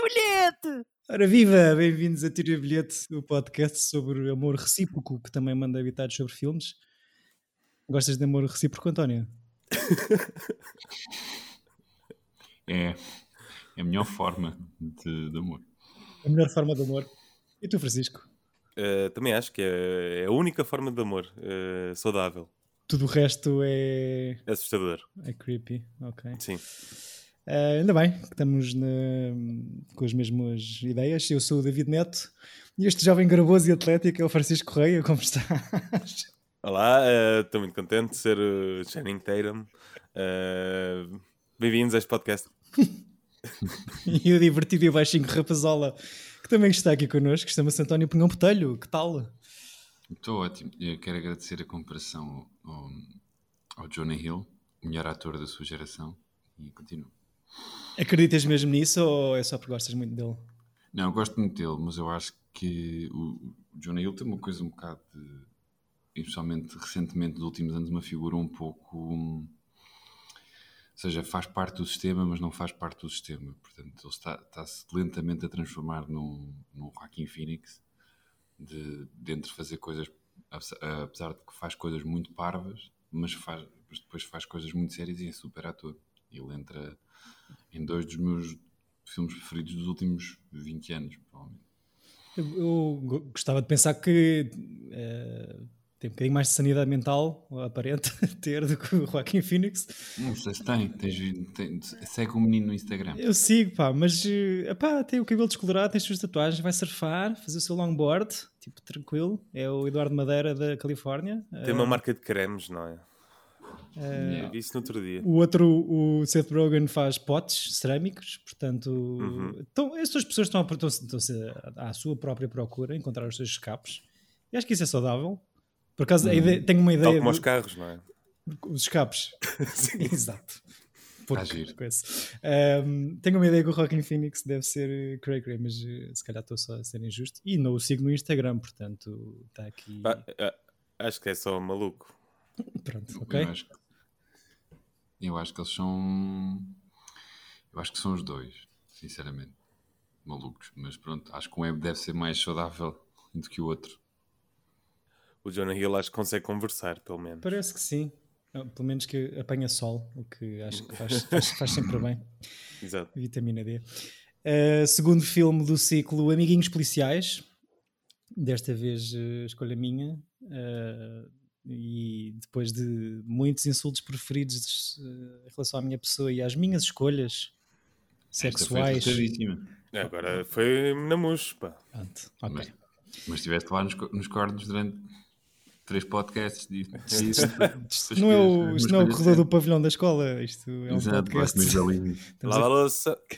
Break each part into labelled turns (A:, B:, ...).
A: bilhete!
B: Ora viva, bem-vindos a Tira Bilhete, o podcast sobre amor recíproco, que também manda habitados sobre filmes. Gostas de amor recíproco, António?
C: É, é a melhor forma de, de amor.
B: A melhor forma de amor. E tu, Francisco?
D: Eh, também acho que é, é a única forma de amor eh, saudável.
B: Tudo o resto é,
D: Assustador.
B: é creepy, ok.
D: Sim.
B: Ah, ainda bem que estamos na- com as mesmas ideias. Eu sou o David Neto e este jovem garboso e atlético é o Francisco Correia. Como estás?
D: Olá, eh, estou muito contente de ser o Channing Tatum. Eh, Bem-vindos a este podcast.
B: E o divertido e baixinho Rapazola, que também está aqui connosco. Chama-se António Pinhão Botelho. Que tal?
C: Estou ótimo. Eu quero agradecer a comparação ao, ao, ao Jonah Hill, o melhor ator da sua geração. E continuo.
B: Acreditas mesmo nisso ou é só porque gostas muito dele?
C: Não, eu gosto muito dele, mas eu acho que o, o Jonah Hill tem uma coisa um bocado de. e Especialmente recentemente, nos últimos anos, uma figura um pouco. hum, ou seja, faz parte do sistema, mas não faz parte do sistema. Portanto, ele está- está-se lentamente a transformar num, num Joaquim Phoenix, de, de entre fazer coisas, apesa- apesar de que faz coisas muito parvas, mas, faz, mas depois faz coisas muito sérias e é super ator. Ele entra em dois dos meus filmes preferidos dos últimos 20 anos, provavelmente.
B: Eu, eu go- gostava de pensar que eh, tem um bocadinho mais de sanidade mental, ou aparenta ter, do que o Joaquim Phoenix.
C: Não sei se tem, tens, tem- segue um menino no Instagram.
B: Eu sigo, pá, mas eh, epá, tem o cabelo descolorado, tem as suas tatuagens, vai surfar, fazer o seu longboard, tipo, tranquilo. É o Eduardo Madeira da Califórnia. eh,
D: Tem uma marca de cremes, não é?
C: Yeah.
D: Vi isso no outro dia.
B: O outro, o Seth Rogen faz potes cerâmicos, portanto,
D: Uhum.
B: então, estas pessoas estão, a, estão, estão à sua própria procura, encontrar os seus escapes. E acho que isso é saudável. Por acaso, a ideia- tenho uma
D: Uhum. Tal
B: ideia
D: como
B: dos
D: aos carros, não é?
B: escapes. Exato. Porque,
C: giro.
B: coisa. Ahm, tenho uma ideia que o Rockin' Phoenix deve ser eh, Cray Cray, mas eh, se calhar estou só a ser injusto. E não o sigo no Instagram, portanto, está aqui.
D: Pá, ah, acho que é só maluco.
B: Pronto, ok?
C: Eu, acho que, eu acho que eles são. Eu acho que são os dois, sinceramente. Malucos. Mas pronto, acho que um é- deve ser mais saudável do que o outro.
D: O Jonah Hill acho que consegue conversar, pelo menos.
B: Parece que sim. Ah, Pelo menos que apanha sol, o que acho que faz, faz- faz sempre bem.
D: Exato.
B: Vitamina D. Ah, segundo filme do ciclo Amiguinhos Policiais. Desta vez ah, escolha minha. Ah, e depois de muitos insultos preferidos ah, em relação à minha pessoa e às minhas escolhas
C: Esta foi
B: sexuais.
C: acertadíssima.
D: Agora foi na muspa.
B: Pronto, ok.
C: Mas, mas estiveste lá nos, co- nos cornos durante três podcasts. De,
B: um Isto não é o, isto não é o corredor do pavilhão da escola, isto é um
C: Exato, gosto
B: podcast.
C: dos belinhos.
B: Estamos
D: Lava a louça.
B: aqui-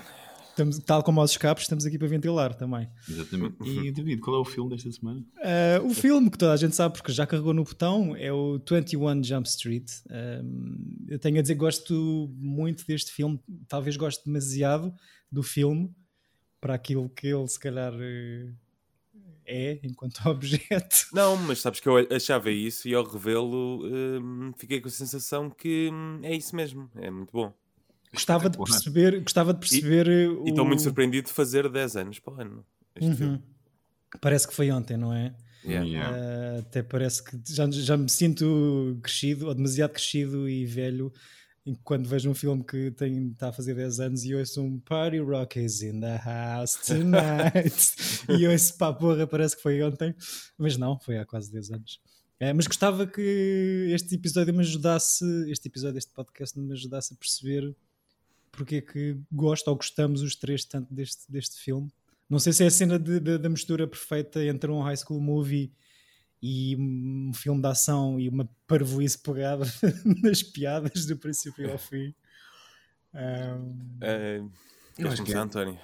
B: estamos- tal como aos escapos, estamos aqui para ventilar também.
C: Exatamente. E David, qual é o filme desta semana?
B: Ah, o filme que toda a gente sabe porque já carregou no botão é o 21 Jump Street. Ahm, eu tenho a dizer que gosto muito deste filme, talvez goste demasiado do filme para aquilo que ele se calhar eh, é enquanto objeto.
D: Não, mas sabes que eu achava isso e ao revê-lo hum, fiquei com a sensação que hum, é isso mesmo. É muito bom.
B: Gostava de
C: Espetacular.
B: perceber, gostava de perceber eh, o...
D: E estou muito surpreendido de fazer 10 anos para o ano. Este filme.
B: Uhum. Parece que foi ontem, não é?
D: Yeah.
C: Yeah.
B: Ah, até parece que já, já me sinto crescido, ou demasiado crescido e velho, em- quando vejo um filme que tem, está a fazer 10 anos e ouço um Party Rock is in the house tonight. e ouço para a porra, parece que foi ontem, mas não, foi há quase 10 anos. Eh, mas gostava que este episódio me ajudasse, este episódio, este podcast me ajudasse a perceber porque é que gosto ou gostamos os três tanto deste, deste filme. Não sei se é a cena de- de- da mistura perfeita entre um high school movie e um filme de ação e uma parvoíce pegada nas piadas do princípio ao fim. Ahm,
D: Uh, queres
C: acho que
D: começar,
C: é.
D: António?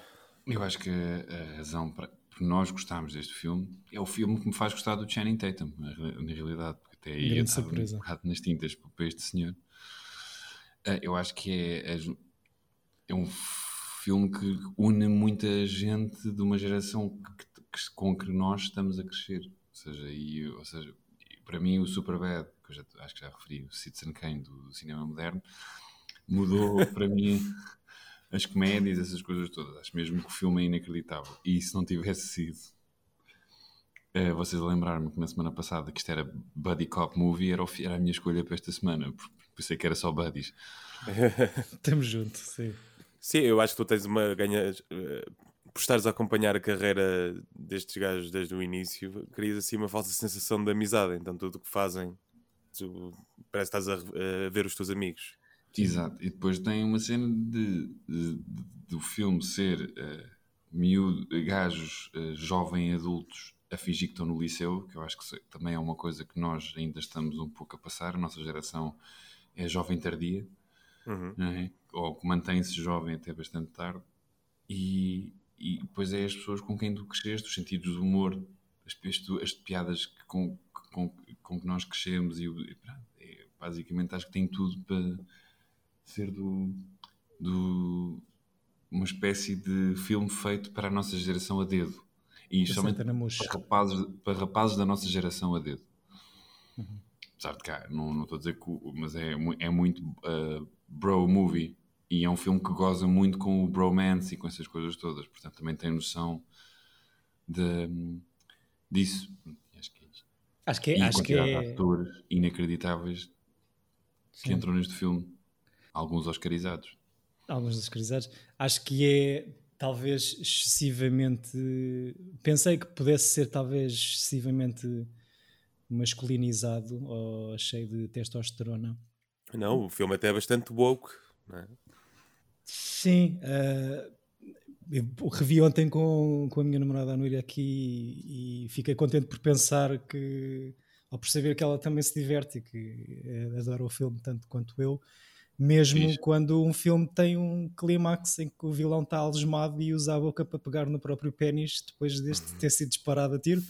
C: Eu acho que a razão para por nós gostarmos deste filme é o filme que me faz gostar do Channing Tatum, na reali- na realidade, porque até aí
B: Grande
C: eu estava
B: surpresa.
C: um bocado nas tintas para este senhor. Ah, Eu acho que é, as- é um filme que une muita gente de uma geração que- que- com que nós estamos a crescer. Ou seja, e, ou seja, e para mim o Superbad, que eu já, acho que já referi, o Citizen Kane do cinema moderno, mudou para mim as comédias, essas coisas todas. Acho mesmo que o filme é inacreditável. E se não tivesse sido. eh, vocês lembraram-me que na semana passada que isto era Buddy Cop Movie, era, o fi- era a minha escolha para esta semana, porque pensei que era só Buddies.
B: Estamos juntos, sim.
D: Sim, eu acho que tu tens uma ganha. eh, por estares a acompanhar a carreira destes gajos desde o início, crias assim uma falsa sensação de amizade. Então, tudo o que fazem, tu, parece que estás a, re- a ver os teus amigos.
C: Exato, e depois tem uma cena de, de- de- do filme ser eh, miúdo, gajos eh, jovem adultos a fingir que estão no liceu, que eu acho que se- também é uma coisa que nós ainda estamos um pouco a passar, a nossa geração é jovem tardia,
D: Uhum.
C: não é? ou que mantém-se jovem até bastante tarde, e, e depois é as pessoas com quem tu cresceste, os sentidos do humor, as, pi- as tu- as piadas que com, que- com, com que nós crescemos, e, o- e pronto, é, basicamente acho que tem tudo para ser do, do uma espécie de filme feito para a nossa geração a dedo. E somente
B: Senta na murcha.
C: para rapazes, para rapazes da nossa geração a dedo.
B: Uhum.
C: Apesar de cá, não não estou a dizer que. o- Mas é, mu- é muito ah, bro movie. E é um filme que goza muito com o bromance e com essas coisas todas. Portanto, também tem noção de, disso. Acho que é isto.
B: Acho que
C: E
B: é.
C: a
B: Acho que
C: quantidade de
B: é...
C: atores inacreditáveis que
B: Sim.
C: entram neste filme. Alguns oscarizados.
B: alguns dos cruzados, acho que é talvez excessivamente. Pensei que pudesse ser talvez excessivamente masculinizado ou cheio de testosterona.
D: Não, o filme até é bastante woke. Não é?
B: Sim, ah, eu revi ontem com, com a minha namorada a Núria aqui e, fiquei contente por pensar que, ou por saber que ela também se diverte e que eh, adora o filme tanto quanto eu, mesmo
C: Fixe.
B: quando um filme tem um clímax em que o vilão está algemado e usa a boca para pegar no próprio pênis depois deste ter sido disparado a tiro.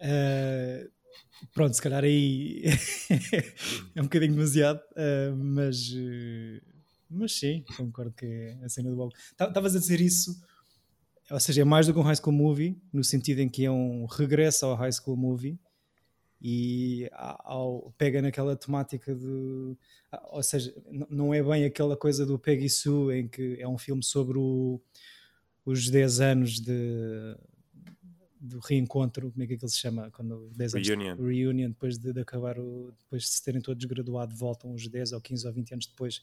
B: Ah, pronto, se calhar aí é um bocadinho demasiado, ah, mas, eh, mas sim, concordo que é a cena do Bob. Estavas a dizer isso, ou seja, é mais do que um high school movie, no sentido em que é um regresso ao high school movie e a- ao- pega naquela temática de. a- Ou seja, n- não é bem aquela coisa do Peggy Sue, em que é um filme sobre o- os 10 anos de. Do reencontro, como é que aquilo se chama? Quando 10 anos
D: Reunion.
B: reunion depois de, de acabar o, depois de se terem todos graduado voltam uns 10 ou 15 ou 20 anos depois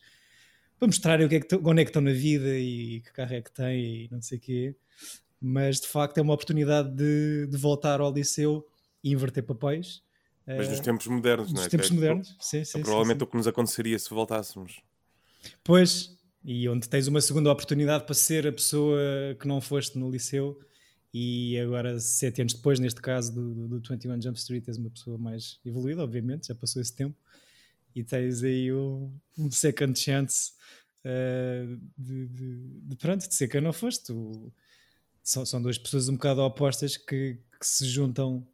B: para mostrarem o que é que, t- onde é que estão na vida e que carro é que têm e não sei o quê mas de facto é uma oportunidade de, de voltar ao liceu e inverter papéis
D: Mas
B: Eh,
D: nos tempos modernos, não
B: nos
D: é?
B: tempos
D: Que é-
B: modernos sim, sim,
D: É
B: sim,
D: provavelmente
B: sim.
D: o que nos aconteceria se voltássemos.
B: Pois, e onde tens uma segunda oportunidade para ser a pessoa que não foste no liceu e agora, sete anos depois, neste caso do, do 21 Jump Street, és uma pessoa mais evoluída, obviamente, já passou esse tempo, e tens aí um, um second chance eh, de, de, de, pronto, de ser quem não foste. O- são, são duas pessoas um bocado opostas que, que se juntam,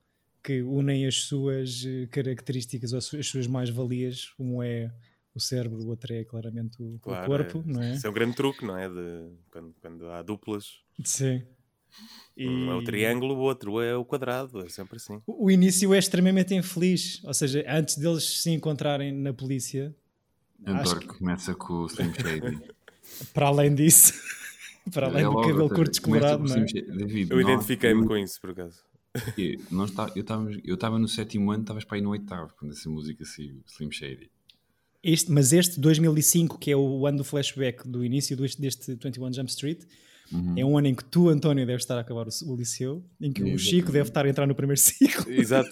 B: que unem as suas eh, características ou as su- as suas mais-valias. Um é o cérebro, o outro é claramente o, o
D: Claro,
B: corpo, não é?
D: Isso é um grande truque, não é? De, quando, quando há duplas,
B: Sim.
D: um é o
B: E-
D: triângulo, o outro é o quadrado. É sempre assim.
B: O o início é extremamente infeliz, ou seja, antes deles se encontrarem na polícia, acho
C: Adoro
B: que
C: que começa com o Slim Shady.
B: para além disso, para além
C: É
B: do
C: logo,
B: cabelo
C: ou seja,
B: curto
C: começa
B: descolorado,
C: com o
B: não
C: Slim
B: é?
C: Shady. David,
D: Eu
C: nós-
D: identifiquei-me com isso, por acaso.
C: Porque nós tá- eu estava eu tava no sétimo ano, estavas para aí no oitavo, quando essa música saiu, Slim Shady. É
B: Este, mas este 2005, que é o ano do flashback do início deste, deste 21 Jump Street,
C: Uhum.
B: é um ano em que tu, António, deves estar a acabar o, s- o liceu, em que o
C: Exatamente.
B: Chico deve estar a entrar no primeiro ciclo.
D: Exato.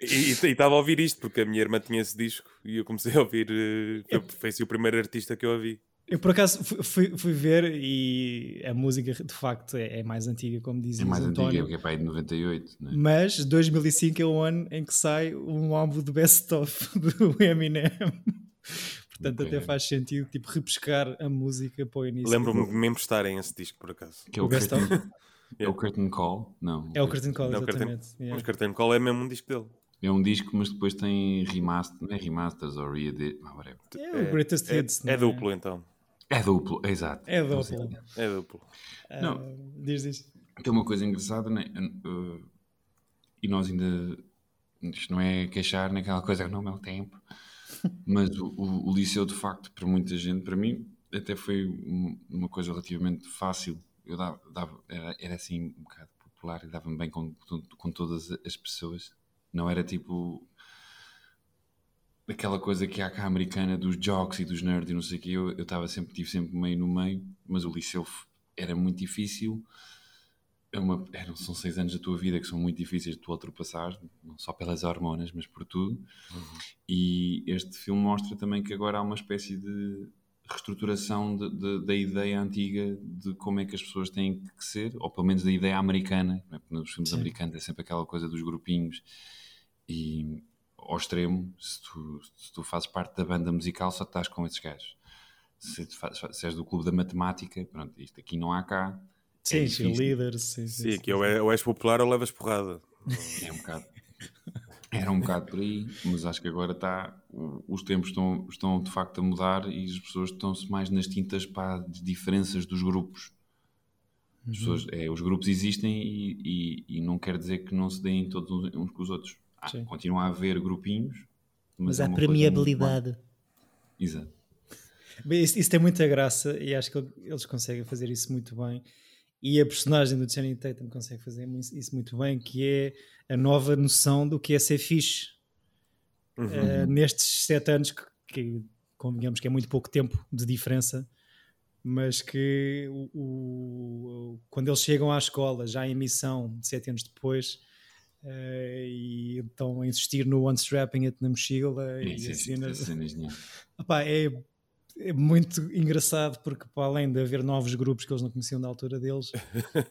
D: E- E e estava a ouvir isto, porque a minha irmã tinha esse disco e eu comecei a ouvir. eh, Foi,
B: É.
D: foi assim o primeiro artista que eu ouvi.
B: Eu, por acaso, fu- fui, fui ver e a música, de facto, é, é mais antiga, como
C: É
B: dizia
C: mais antiga,
B: António.
C: porque é para aí de 98, né?
B: Mas 2005 é o ano em que sai um álbum de best-of do Eminem. Portanto,
C: Ok.
B: até faz sentido, tipo, repescar a música para o início.
D: Lembro-me de me emprestarem esse disco, por acaso.
C: que é o,
B: o best
C: curtain,
B: of?
C: é o Curtain Call, não.
B: É o Curtain Call,
D: Não, o Curtain-
B: exatamente. yeah.
D: Mas Cartão Cola é mesmo um disco dele.
C: É um disco, mas depois tem remaster, não é remasters ou reedit, ah, whatever.
B: É o Greatest
D: É,
B: Hits. não
D: é duplo, então.
C: É duplo, é exato.
B: É
C: Não sei.
B: duplo.
D: É duplo.
B: Ah,
C: Não.
B: diz, diz.
C: Tem uma coisa engraçada, né? Uh, e nós ainda. Isto não é queixar naquela coisa, não é o tempo. Mas o, o- o liceu, de facto, para muita gente, para mim, até foi um- uma coisa relativamente fácil. Eu dava, dava- era, era assim um bocado popular e dava-me bem com, com, com todas as pessoas. Não era tipo aquela coisa que há cá americana dos jocks e dos nerds e não sei o quê. Eu eu estava sempre, tive sempre meio no meio, mas o liceu f- era muito difícil. É uma, eram, são seis anos da tua vida que são muito difíceis de tu ultrapassar, não só pelas hormonas, mas por tudo. E este filme mostra também que agora há uma espécie de reestruturação de- de- da ideia antiga de como é que as pessoas têm que ser, ou pelo menos da ideia americana, não é? porque nos filmes
B: Sim.
C: americanos é sempre aquela coisa dos grupinhos e ao extremo, se tu, se tu fazes parte da banda musical, só estás com esses gajos. Se, tu fazes- se és do clube da matemática, pronto, isto aqui não há cá,
B: Sim,
C: difícil.
B: cheerleaders. Sim, sim,
D: Sim,
B: sim.
D: que ou, é- ou és popular ou levas porrada.
C: É um bocado. Era um bocado por aí, mas acho que agora está. Os tempos estão, estão de facto a mudar e as pessoas estão-se mais nas tintas para as diferenças dos grupos. As
B: Uhum.
C: pessoas- é, os grupos existem e, e- e não quer dizer que não se deem todos uns- uns com os outros. Há-
B: Sim.
C: continua a haver grupinhos,
B: Mas
C: é
B: há
C: uma coisa muito
B: permeabilidade.
C: mais- Exato.
B: Bem, Isso, isso tem muita graça e acho que ele- eles conseguem fazer isso muito bem. E a personagem do Channing Tatum consegue fazer mu- isso muito bem, que é a nova noção do que é ser fixe.
D: Uhum.
B: Eh, nestes sete anos, que, que convenhamos que é muito pouco tempo de diferença, mas que o- o- o- quando eles chegam à escola, já em missão, sete anos depois, eh, e estão a insistir no unstrapping it na mochila
C: É,
B: e
C: sim,
B: a
C: sim,
B: cena-
C: essa cena é genial.
B: Opá, é, é muito engraçado porque para além de haver novos grupos que eles não conheciam da altura deles,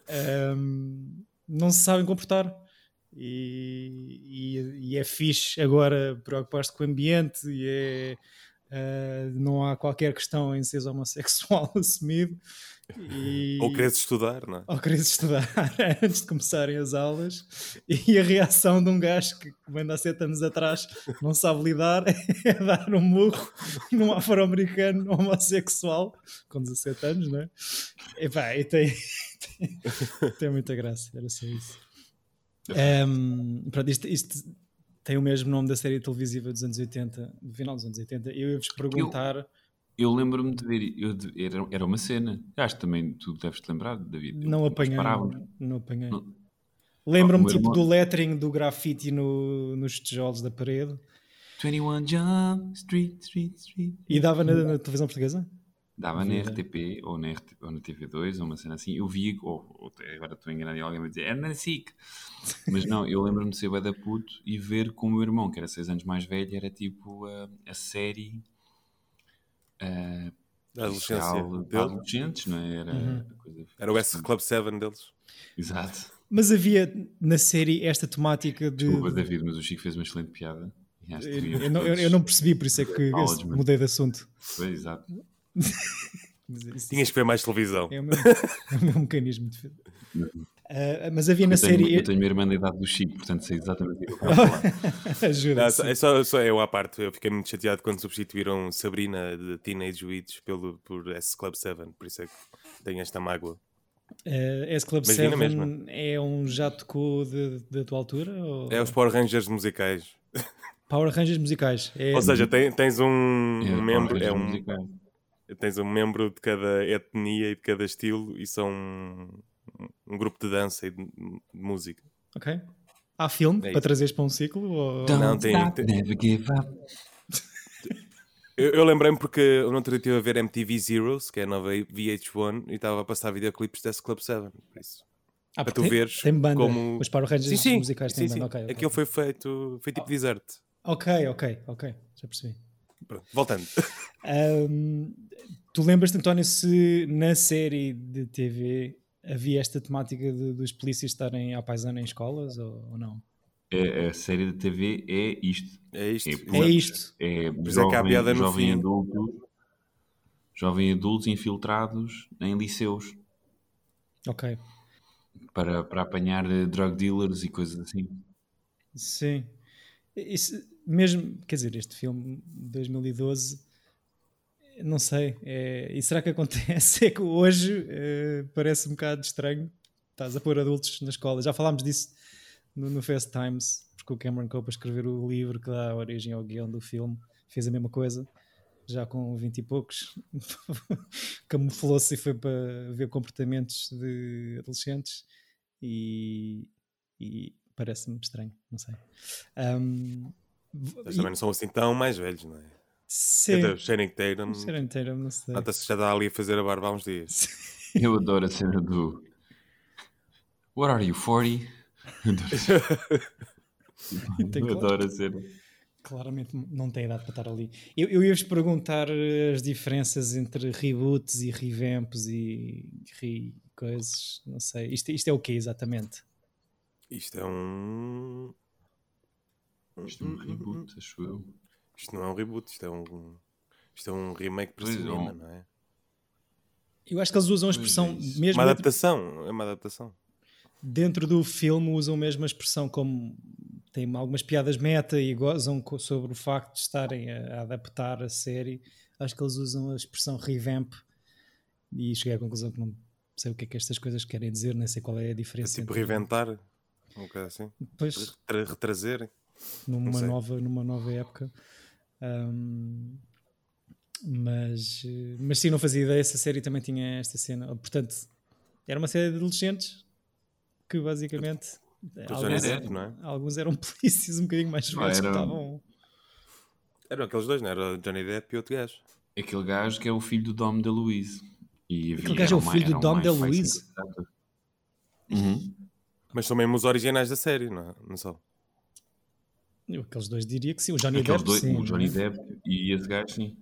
B: ehm, não se sabem comportar. E, e- e é fixe agora preocupar-se com o ambiente e é, eh, não há qualquer questão em seres homossexual assumido. E-
D: Ou queres estudar, não é?
B: ou queres estudar antes de começarem as aulas e a reação de um gajo que manda há sete anos atrás não sabe lidar é dar um murro num afro-americano homossexual com 17 anos, não é? Epá, e tem, tem, tem muita graça, era só isso. Ahm, pronto, isto, isto tem o mesmo nome da série televisiva dos anos 80, do final dos anos 80. Eu ia-vos perguntar.
C: Eu lembro-me de ver, eu de- era, era uma cena. Acho que também tu deves te lembrar, David.
B: Não
C: Nós
B: apanhei.
C: parávamos.
B: Não, não apanhei.
C: Não.
B: Lembro-me
C: Hum. Ah, o meu
B: tipo
C: irmão-
B: do lettering do grafite no- nos tijolos da parede.
C: 21 Jump Street, Street, Street.
B: E dava
C: Hum.
B: na, na televisão portuguesa?
C: Dava na
B: Vida.
C: RTP ou na, RT ou na TV2 ou uma cena assim. Eu vi, ou, ou até agora estou enganado e alguém vai dizer, era na SIC. Mas não, eu lembro-me de ser bué da puto e ver com o meu irmão, que era 6 anos mais velho, era tipo a, a série
D: Da adolescência
C: social de
D: dele.
C: adolescentes, não é? Era,
B: Uhum.
C: a coisa,
D: Era o S Club 7 deles.
C: Exato.
B: Mas havia na série esta temática de.
C: Desculpa, David, mas o Chico fez uma excelente piada. E acho que
B: Eu,
C: devíamos
B: eu não, eu-
C: todos-
B: eu não percebi, por isso é que eu
C: Acknowledgement.
B: mudei de assunto.
C: Foi, exato.
B: Mas isso-
D: Tinhas que ver mais televisão.
B: É o meu, é o meu mecanismo de defesa. Ah, mas havia na
C: Eu tenho,
B: série.
C: eu tenho minha irmã da idade do Chico, portanto sei exatamente o que eu estava a falar.
B: Ajuda.
D: Não, é só- é só, só eu à parte. Eu fiquei muito chateado quando substituíram Sabrina de Teenage Witch pelo, por S Club 7. Por isso é que tenho esta mágoa.
B: Eh, S Club
D: Mas vi na
B: 7 é um jato co de- da tua altura? Ou...
D: É os Power Rangers musicais.
B: Power Rangers musicais. É-
D: Ou seja, tem- tens um,
C: É,
D: um membro. É
C: Rangers
D: um,
C: musical.
D: tens um membro de cada etnia e de cada estilo e são um, um grupo de dança e de, de música.
B: Ok. Há filme
D: É
B: para
D: isso.
B: trazeres para um ciclo? Ou...
D: Não, tem-
C: stop,
D: tem-
C: never give up.
D: Eu, eu lembrei-me porque eu não estive a ver MTV Zeros, que é a nova VH1, e estava a passar videoclipes desse Club 7. Por isso.
B: Ah,
D: para
B: porque
D: tu
B: tem-
D: veres
B: Tem banda.
D: como-
B: Os Power Rangers
D: Sim, sim.
B: musicais
D: sim,
B: têm
D: sim.
B: banda. ok, Ah. ok.
D: Aquilo foi feito, foi tipo deserte.
B: ok, ok, ok. Já percebi.
D: Pronto, voltando.
B: Ahm, tu lembras-te, António, se na série de TV havia esta temática de- dos polícias estarem à paisana em escolas ou, ou não?
C: É, a série de TV é isto.
D: É isto.
C: É,
D: exato.
B: É isto.
C: É
D: Pois é que há
C: jovem,
D: piada no
C: jovem
D: fim.
C: adulto, jovem adultos infiltrados em liceus
B: Ok.
C: para, para apanhar eh, drug dealers e coisas assim.
B: Sim. Isso- mesmo, quer dizer, este filme de 2012, não sei. é- e será que acontece? É que hoje eh, parece um bocado estranho. Estás a pôr adultos na escola. Já falámos disso no, no Fast Times, porque o Cameron Cope a escrever o livro que dá origem ao guião do filme fez a mesma coisa. já com 20 e poucos, camuflou-se e foi para ver comportamentos de adolescentes e, e parece-me estranho, não sei. Um,
D: Eles também não são assim tão mais velhos, não é?
B: Sim.
D: Cadê o Channing Tatum?
B: Sharon Tatum, não sei.
D: Nota-se que já está ali a fazer a barba há uns dias.
C: Eu adoro a cena do What are you, 40?
B: E tem
C: Eu
B: cor-
C: adoro a cena.
B: Claramente não tem idade para estar ali. Eu, eu ia-vos perguntar eh, as diferenças entre reboots e revamps e re coisas, não sei. Isto, isto é o que exatamente?
D: Isto é um.
C: Isto é um
D: Hum,
C: reboot, acho eu.
D: Isto não é um reboot, isto é um. Isto é um remake para
C: Pois é,
D: cinema,
C: um-
D: não é?
B: Eu acho que eles usam a
C: Pois é
B: expressão,
C: isso.
B: mesmo
D: Uma
B: dentro,
D: adaptação, é uma adaptação.
B: dentro do filme, usam mesmo a expressão como tem algumas piadas meta e gozam co- sobre o facto de estarem a, a adaptar a série. Acho que eles usam a expressão revamp e cheguei à conclusão que não sei o que é que estas coisas querem dizer, nem sei qual é a
D: É
B: diferença.
D: tipo
B: entre-
D: reinventar, uma coisa assim.
B: Pois,
D: Retra- retrazer. Não
B: numa
D: sei.
B: nova, numa nova época. Ahm, mas, eh, mas sim, não fazia ideia. Essa série também tinha esta cena. Portanto, era uma série de adolescentes que basicamente.
D: Depois
B: Alguns,
C: era-
D: Depp, não é?
B: alguns eram polícias um bocadinho mais
C: Ah,
B: velhos que
C: era-
B: estavam.
D: Eram aqueles dois, não era? O Johnny Depp e outro gajo.
C: Aquele gajo que é o filho do Dom da Luiz. E havia-
B: Aquele gajo é o
C: era uma-
B: filho do
C: era um
B: Dom
C: mais
B: da
C: face
B: Luiz?
C: engraçado. Uhum.
D: Mas são mesmo os originais da série, não é? Não são?
B: Eu, Aqueles dois diria que sim. O Johnny
C: Aqueles
B: Depp,
C: dois,
B: sim.
C: o Johnny
B: não é?
C: Depp e esse gajo, sim.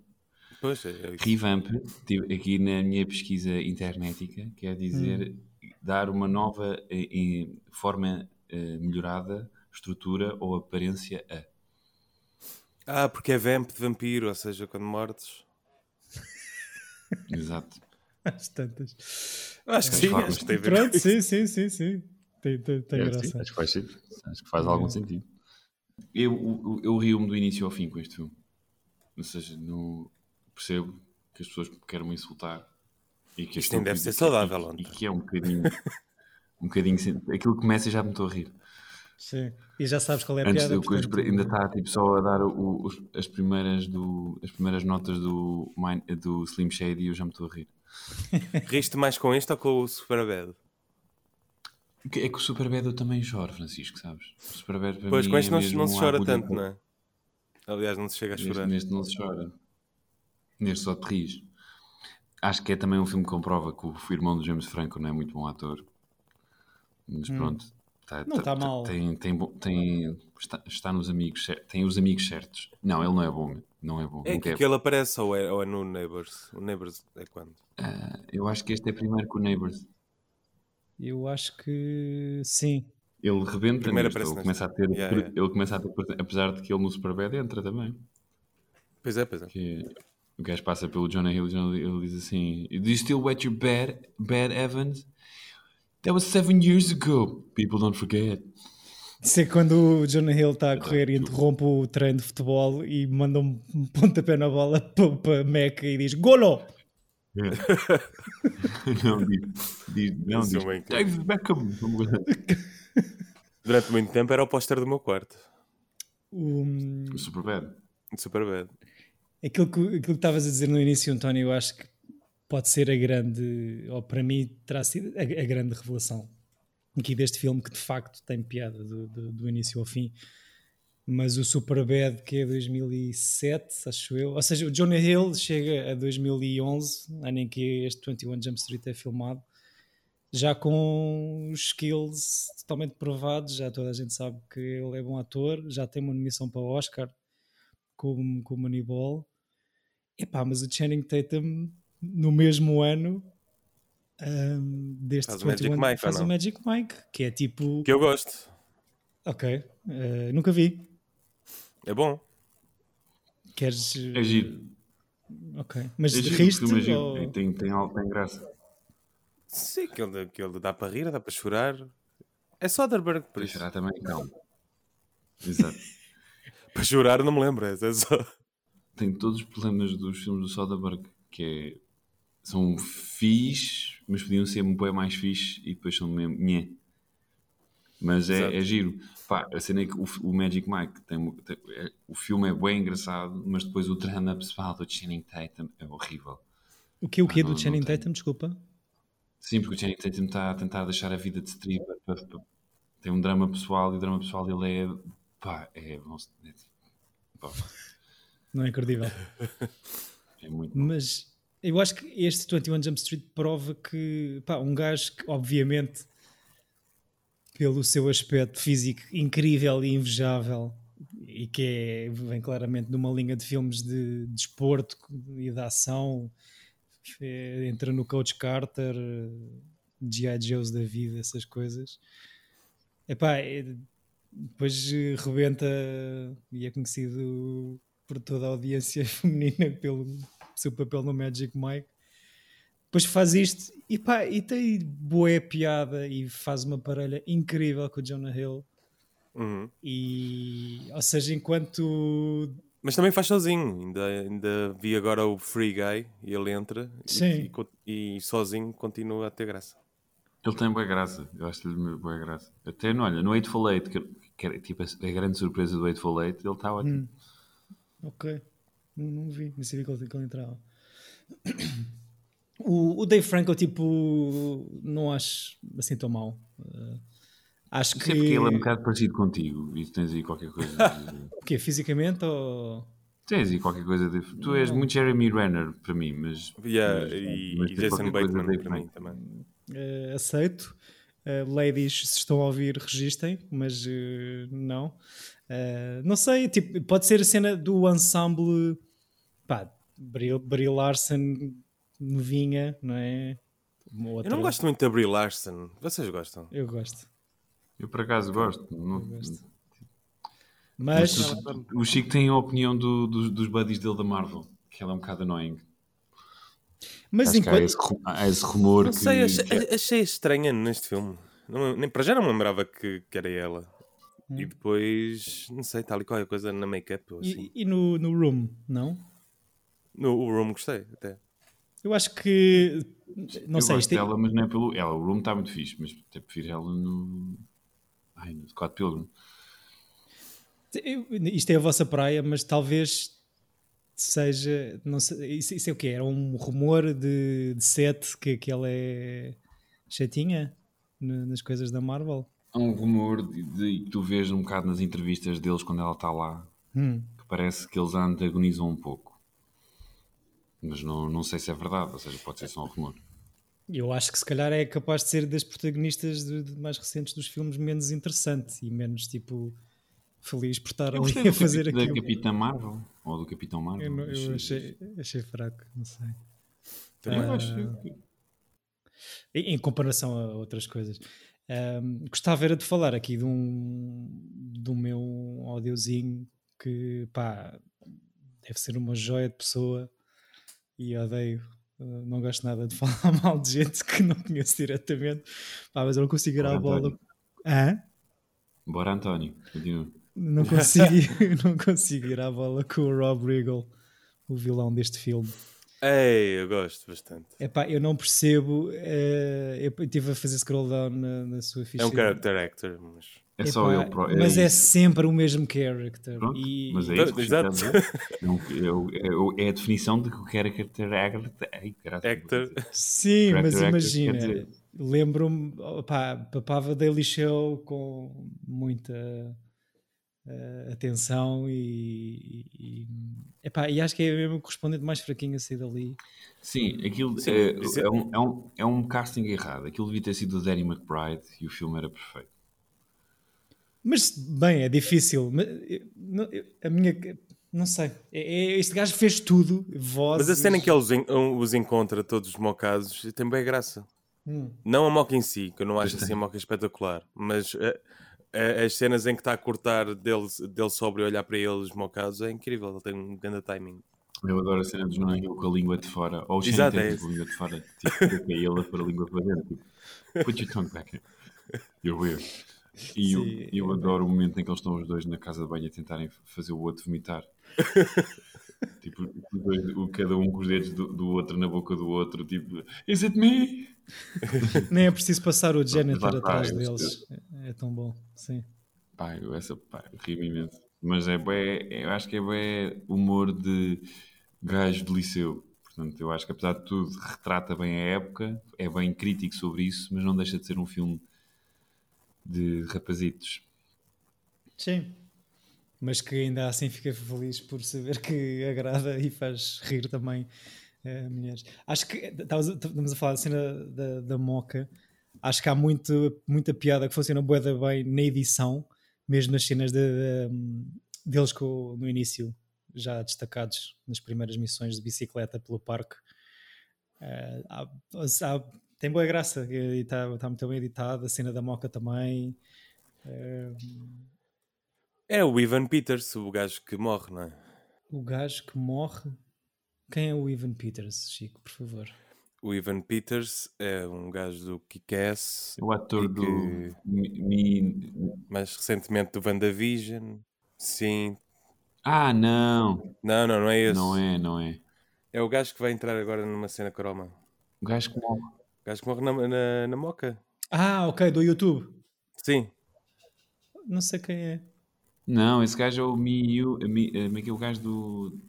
D: Pois, é, é isso.
C: Revamp, tive aqui na minha pesquisa internetica, quer dizer
B: Hum.
C: dar uma nova eh, eh, forma eh, melhorada, estrutura ou aparência a.
D: Ah, porque é vamp de vampiro, ou seja, quando mortes.
C: Exato.
B: Às tantas.
D: Acho que sim,
C: Formas.
D: acho que tem a ver.
B: Pronto, sim, sim, sim, sim. Tem, tem, tem
C: É, sim,
B: graça.
C: acho que faz sentido. Acho que faz algum sentido. Eu, eu, eu rio-me do início ao fim com este filme. Ou seja, não percebo que as pessoas querem me insultar. E que
D: Isto
C: este
D: nem deve
C: filme-
D: ser
C: e que-
D: saudável,
C: E,
D: António.
C: e que é um bocadinho. um bocadinho. sem- Aquilo que começa e já me estou a rir.
B: Sim. E já sabes qual é a
C: Antes
B: piada.
C: do que eu
B: portanto-
C: espre- ainda está tipo, só a dar o- os- as, primeiras do, as primeiras notas do, Mine- do Slim Shady e eu já me estou a rir.
D: Riste mais com este ou com o Superbad?
C: Que- É que o Superbad eu também choro, Francisco, sabes? O Superbad para
D: Pois,
C: mim
D: com este
C: é
D: não, se-
C: mesmo
D: não se
C: um
D: chora
C: agulha
D: tanto,
C: no-
D: não é? Aliás, não se chega a
C: Neste,
D: chorar.
C: neste não se chora. Neste só te ris. Acho que é também um filme que comprova que o irmão do James Franco não é muito bom ator. Mas pronto. tá-
B: Hum. Não
C: tá-
B: tá
C: tá-
B: mal.
C: Tem, tem, bo- tem- está, está nos amigos cer- Tem os amigos certos. Não, ele não é bom. Não é bom.
D: É
C: nunca é
D: que, que ele aparece ou é, ou é no Neighbors? O Neighbors é quando?
C: bom. Eu acho que este é primeiro que o Neighbors.
B: Eu acho que sim.
C: Ele rebenta neste,
D: Primeiro aparece
C: ele
D: neste.
C: começa a ter,
D: Yeah, yeah.
C: ele começa a ter, apesar de que ele no Superbad entra também.
D: Pois é, pois é.
C: que o gajo passa pelo Jonah Hill e o Jonah Hill diz assim: Do you still wet your bed, bed Evans? That was seven years ago. People don't forget.
B: Isso é quando o Jonah Hill está a correr e interrompe o treino de futebol e manda um pontapé na bola para, para Mac e diz Golo!
C: não diz, diz, não
D: Esse
C: diz.
D: homem é incrível.
C: David Beckham. Uma coisa assim.
D: Durante muito tempo era o póster do meu quarto.
B: O,
C: O Superbad.
D: De Superbad.
B: aquilo, que, aquilo que estavas a dizer no início, António, eu acho que pode ser a grande, ou para mim terá sido a, a grande revelação aqui deste filme que de facto tem piada do, do- do início ao fim. Mas o Superbad, que é 2007, acho eu. Ou seja, o Jonah Hill chega a 2011, ano em que este 21 Jump Street é filmado, já com os skills totalmente provados, já toda a gente sabe que ele é bom ator, já tem uma nomeação para o Oscar com, com o Moneyball. Epá, mas o Channing Tatum, no mesmo ano ahm, deste
D: Faz o Magic
B: 21,
D: Mike, ou
B: faz o
D: não?
B: Magic Mike, que é tipo...
D: Que eu gosto.
B: Ok, eh, nunca vi.
D: É bom.
B: Queres.
C: É giro.
B: Ok, mas
C: É giro,
B: riste.
C: o filme é giro.
B: ou-
C: Tem, tem, tem, algo- tem graça.
D: Sim, que ele, que ele dá para rir, dá para chorar. É Soderbergh, por
C: Para
D: isso.
C: chorar também, calma. Exato.
D: Para chorar não me lembro. É só...
C: tem todos os problemas dos filmes do Soderbergh, que é, são fixe, mas podiam ser um bem mais fixe e depois são mesmo nhé. Mas
D: Exato.
C: é, é giro. Pá, a cena é que o, fi- o Magic Mike tem, tem- é- o filme é bem engraçado, mas depois o drama pessoal do Channing Tatum é horrível.
B: O que o que é
C: Ah, não-
B: do
C: não
B: Channing
C: tenho.
B: Tatum? Desculpa.
C: Sim, porque o Channing Tatum está a tentar deixar a vida de stripper. pa- pa- Tem um drama pessoal e o drama pessoal ele é. Pá, é. é- pá,
B: Não é credível.
C: é muito.
B: Mas eu acho que este 21 Jump Street prova que pá, um gajo que, obviamente, pelo seu aspecto físico incrível e invejável, e que é, vem claramente de uma linha de filmes de desporto e de ação, eh, entra no Coach Carter, eh, G.I. Joe's da vida, essas coisas. Epá, é- depois eh, rebenta e é conhecido por toda a audiência feminina pelo seu papel no Magic Mike. Depois faz isto e pá, e tem boa piada e faz uma parelha incrível com o Jonah Hill.
D: Uhum.
B: E, ou seja, enquanto
D: Mas também faz sozinho. Ainda, ainda vi agora o Free Guy e ele entra e-
B: Sim.
D: E, co- e sozinho continua a ter graça.
C: Ele tem boa graça, eu acho-lhe boa graça. Até, no- olha, no 8 Eight, que, que era tipo a, a grande surpresa do 8 Eight, ele está ótimo.
B: Ok. Não, não vi, nem sabia que ele, que ele entrava. O, o Dave Franco, tipo, não acho assim tão mau. Eh, acho
C: Não
B: que.
C: sei porque ele é um bocado parecido contigo e tu tens aí qualquer coisa. de-
B: O quê? Fisicamente ou.
C: tens aí qualquer coisa. De, tu és muito Jeremy Renner para mim, mas.
D: Yeah,
C: mas-
D: e,
C: mas
D: e
C: tens
D: Jason
C: qualquer coisa
D: Bateman
C: de-
D: para mim também.
B: Eh, aceito. Eh, ladies, se estão a ouvir, registem, mas eh, não. Eh, não sei, tipo, pode ser a cena do ensemble pá, Brie, Brie Larson novinha, não é? Uma outra-
D: Eu não gosto muito da Brie Larson. Vocês gostam?
B: Eu gosto.
C: Eu por acaso gosto. não-
B: gosto. Mas,
C: mas tu- tu- o Chico tem a opinião do- dos, dos buddies dele da Marvel, que ela é um bocado annoying.
B: mas
C: Acho que há
B: enquanto.
C: esse, ru- há esse rumor
D: Não
C: que.
D: sei, achei,
C: que-
D: achei estranha neste filme. Não- nem, para já não me lembrava que, que era ela. E depois, não sei, tal e qualquer coisa na make-up ou assim.
B: Hum. E, e no, no Room, não?
D: No o Room gostei até.
B: Eu acho que. Não
C: eu
B: sei,
C: gosto
B: isto é-
C: dela, mas não é pelo. Ela, o Room está muito fixe, mas até prefiro ela no. Ai, no Scott Pilgrim.
B: Eu- Isto é a vossa praia, mas talvez seja. Não sei, isso, isso é o quê? Era um rumor de, de set que, que ela é chatinha na- nas coisas da Marvel?
C: Há um rumor de, de- que tu vês um bocado nas entrevistas deles quando ela está lá,
B: Hum.
C: que parece que eles a antagonizam um pouco. Mas não, não sei se é verdade, ou seja, pode ser só um rumor.
B: Eu acho que se calhar é capaz de ser das protagonistas de- de mais recentes dos filmes menos interessante e menos tipo feliz por estar
C: Gostei
B: ali
C: do
B: a fazer
C: capi-
B: aquilo.
C: Da Capitã Marvel? Ou do Capitão Marvel?
B: Eu, não- eu
C: Achei-
B: achei, achei fraco, não sei.
D: Também
C: Eu
B: Ah.
C: achei-
B: em em comparação a outras coisas. Ahm, gostava era de falar aqui de um do meu audiozinho que pá deve ser uma joia de pessoa e odeio. ah, Não gosto nada de falar mal de gente que não conheço diretamente, Pá, mas eu não consigo ir à
C: Olá,
B: bola.
C: António.
B: Hã?
C: Bora, António. Continua.
B: Não consigo, ir- não consigo ir à bola com o Rob Riggle, o vilão deste filme.
D: Ei, eu gosto bastante.
B: Epá, eu não percebo. eh, eu estive a fazer scroll down na, na sua ficha.
D: É um character actor, mas.
C: É só
B: Epá,
C: ele pro-
B: mas é,
C: isso.
B: sempre o mesmo character.
C: Pronto,
B: e,
C: mas é
D: Então,
C: isso que
D: exato.
C: está a dizer. Não, é o- é o- é a definição de que o character actor. é, Ai, caralho,
D: Actor.
B: Sim,
C: Character
B: mas
C: actor,
B: imagina.
C: quer dizer.
B: Lembro-me, opá, papava Daily Show com muita eh, atenção e, e, epá, e acho que é mesmo o correspondente mais fraquinho a sair dali.
C: Sim, aquilo
D: Sim,
C: é,
D: isso é-
C: é um, é, um, é um casting errado. Aquilo devia ter sido o Danny McBride e o filme era perfeito.
B: Mas, bem, é difícil. mas, eh, não- eu- a minha. Não sei. É- é- este gajo fez tudo, voz.
D: Mas a cena em que ele os, en- um, os encontra todos mocados tem bem graça.
C: Hum.
D: Não a moca em si, que eu não acho assim a moca espetacular, mas eh, eh, as cenas em que está a cortar dele, dele sobre olhar para eles mocados é incrível, ele tem um grande timing.
C: Eu adoro a cena do Jonah Hill com a língua de fora. Ou o
D: Exato,
C: Channing
D: é
C: Tatum
D: isso.
C: com a língua de fora. Tipo, que é ele a pôr a língua para dentro. Tipo, Put your tongue back in. You're weird. E eu, eu adoro o momento em que eles estão os dois na casa de banho a tentarem fazer o outro vomitar. tipo, os dois- o- cada um com os dedos do, do outro na boca do outro, tipo, is it me?
B: Nem é preciso passar o janitor
C: lá está,
B: atrás
C: eu-
B: deles. É tão bom, sim.
C: Pá, eu essa pá, ri-me imenso. Mas é bué, eu acho que é bué humor de gajo de liceu. Portanto, eu acho que apesar de tudo, retrata bem a época, é bem crítico sobre isso, mas não deixa de ser um filme de rapazitos.
B: Sim. Mas que ainda assim fica feliz por saber que agrada e faz rir também eh, mulheres. Acho que estavas- estamos a falar da cena da, da moca. Acho que há muito, muita piada que funciona bué da bem na edição, mesmo nas cenas de, de- deles com, no início, já destacados nas primeiras missões de bicicleta pelo parque. Eh, há- há- tem boa graça e está muito bem editado. A cena da moca também. Eh,
D: É o Ivan Peters, o gajo que morre, não é?
B: O gajo que morre. Quem é o Ivan Peters, Chico, por favor?
D: O Ivan Peters é um gajo do Kick-Ass,
C: É O ator
D: E
C: do
D: que-
C: Mi- Mi-
D: mais recentemente do WandaVision. Sim.
C: Ah, não!
D: Não, não, não é esse.
C: Não é, não é.
D: É o gajo que vai entrar agora numa cena croma.
C: O
D: O
C: gajo que morre.
D: gajo que morre na, na, na moca.
B: Ah, ok, do YouTube.
D: Sim.
B: Não sei quem é.
C: Não, esse gajo é o Me You. a Me- a- Como é que é o gajo do.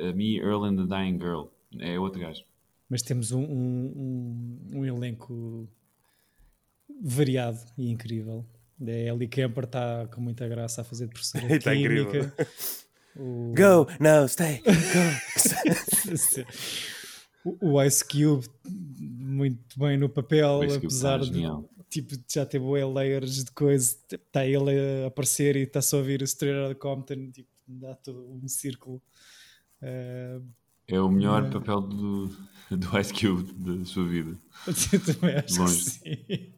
C: a Me, Earl and the Dying Girl. É outro gajo.
B: Mas temos um, um, um, um elenco variado e incrível. A Ellie Kemper está com muita graça a fazer de professora de
D: Está incrível.
B: química. O,
D: Go, no, stay, go.
B: o o Ice Cube muito bem no papel,
C: Por isso que o
B: apesar
C: gajo é
B: de
C: genial.
B: tipo, já teve bué layers de coisa, está ele a aparecer e está só a ouvir o Straight Outta Compton, tipo, dá todo um círculo. Eh,
C: É o melhor papel do, do Ice Cube da sua vida.
B: eu também acho
C: Longe.
B: que sim.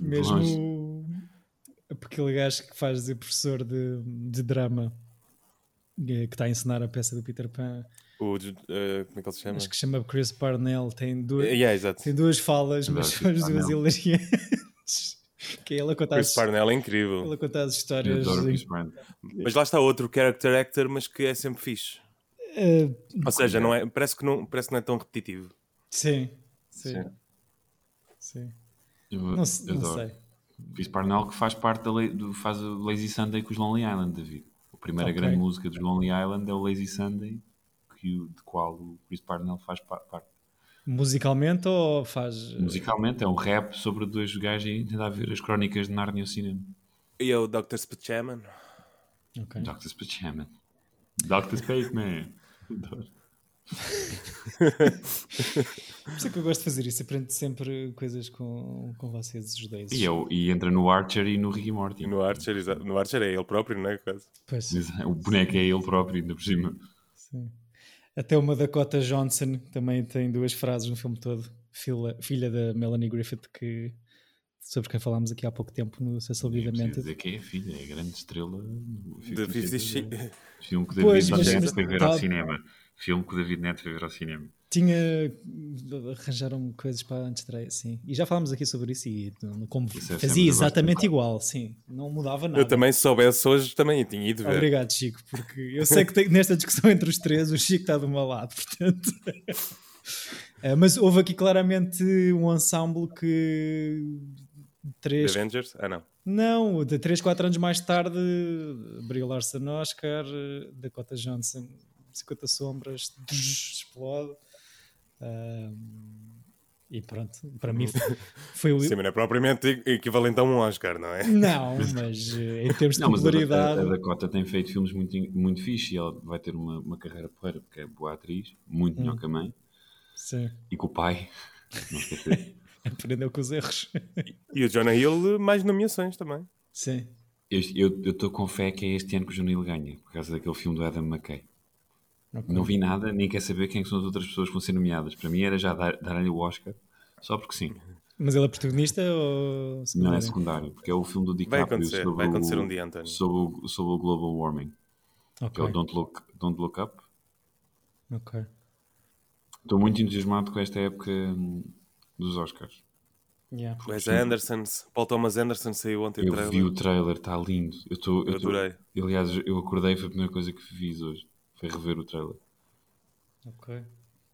C: De
B: Mesmo
C: longe.
B: o- aquele gajo que faz de professor de, de drama, eh, que está a ensinar a peça do Peter Pan,
D: o, eh, como é que ele se chama? Eh,
B: acho que se chama Chris Parnell, tem duas,
D: Yeah, exato.
B: tem duas falas, mas
C: Verdade,
B: são as duas
C: Parnell.
B: hilariantes. que é ele a contar
D: Chris
B: as,
D: Parnell é incrível.
B: ele a contar as
C: Eu
B: histórias
C: adoro o
B: em-
C: Chris Brown.
D: Mas lá está outro character actor, mas que é sempre fixe.
B: eh,
D: Ou seja, não é, parece, que não, parece que não é tão repetitivo.
B: Sim, sim,
C: Sim.
B: sim.
C: Eu
B: Não, se- não
C: adoro.
B: sei.
C: Chris Parnell que faz parte da lei- do, faz o Lazy Sunday com os Lonely Island, David. A primeira
B: Ok.
C: grande música dos Lonely Island é o Lazy Sunday, que, o- de qual o Chris Parnell faz pa- parte.
B: Musicalmente ou faz.
C: Musicalmente é um rap sobre dois gajos e tentar ver as crónicas de Narnia ao cinema.
D: E é o Dr. Spachaman.
B: Ok.
C: Dr. Spaceman. Dr. Spaceman. Adoro.
B: Por isso é que eu gosto de fazer isso. Aprendo sempre coisas com, com vocês, os dois.
C: e, é o- e entra no Archer e no Rick e Morty.
D: E no Archer, exato. No Archer é ele próprio, não é? Quase.
B: Pois,
C: O boneco é ele próprio, ainda por cima.
B: sim. Até uma Dakota Johnson que também tem duas frases no filme todo. Filha, filha da Melanie Griffith, que, sobre quem falámos aqui há pouco tempo no Cecil B.
C: É preciso
B: Demented.
C: dizer que é a filha, é a grande estrela do
D: De 50 Shades.
C: Filme que o
B: Pois,
C: David
B: mas-
C: Neto foi
B: mas-
C: ver ao
B: tá-
C: cinema. Filme que o David Neto foi ver ao cinema.
B: Tinha. Arranjaram coisas para antes de sim. E já falámos aqui sobre isso e no- como
C: Isso é sempre
B: fazia exatamente igual, sim. Não mudava nada.
D: Eu também, se soubesse hoje, também tinha ido ver.
B: Obrigado, Chico, porque eu sei que tem- nesta discussão entre os três o Chico está do meu lado, portanto. Eh, Mas houve aqui claramente um ensemble que.
D: The
B: Três,
D: Avengers? Ah, não.
B: não, de 3, 4 anos mais tarde, Brie Larson Oscar, eh, Dakota Johnson, 50 Sombras, explode. Ahm, e pronto, para mim foi, foi o.
D: Sim, mas não é propriamente e- equivalente a um Oscar, não é?
B: Não, mas eh, em termos de
C: Não, mas a,
B: popularidade.
C: a, a Dakota é tem feito filmes muito, muito fixe e ela vai ter uma, uma carreira porreira, porque é boa atriz, muito
B: Hum.
C: melhor que a mãe
B: Sim,
C: e com o pai. Não esquecer.
B: aprendeu com os erros.
D: E o Jonah Hill, mais nomeações também.
B: Sim.
C: Este- eu eu estou com fé que é este ano que o Junil ganha, por causa daquele filme do Adam McKay.
B: Ok.
C: Não vi nada, nem quer saber quem são as outras pessoas que vão ser nomeadas. Para mim era já dar- dar-lhe o Oscar, só porque sim.
B: Mas ele é protagonista ou
C: Não é
B: secundário?
C: secundário, porque é o filme do
D: Hum. Vai
C: DiCaprio
D: acontecer,
C: sobre,
D: vai acontecer
C: o,
D: um dia, António.
C: sobre, o, sobre o global warming, que é o
B: Ok,
C: Don't Look, Don't Look Up.
B: ok.
C: Estou muito entusiasmado com esta época hum, dos Oscars.
B: Yeah.
D: Wes Anderson, Paul Thomas Anderson saiu ontem
C: Eu
D: o trailer.
C: vi o trailer, está lindo. Eu, tô,
D: Eu
C: eu tô-
D: adorei.
C: Aliás, eu acordei, foi a primeira coisa que fiz hoje. Foi rever o trailer.
B: Ok.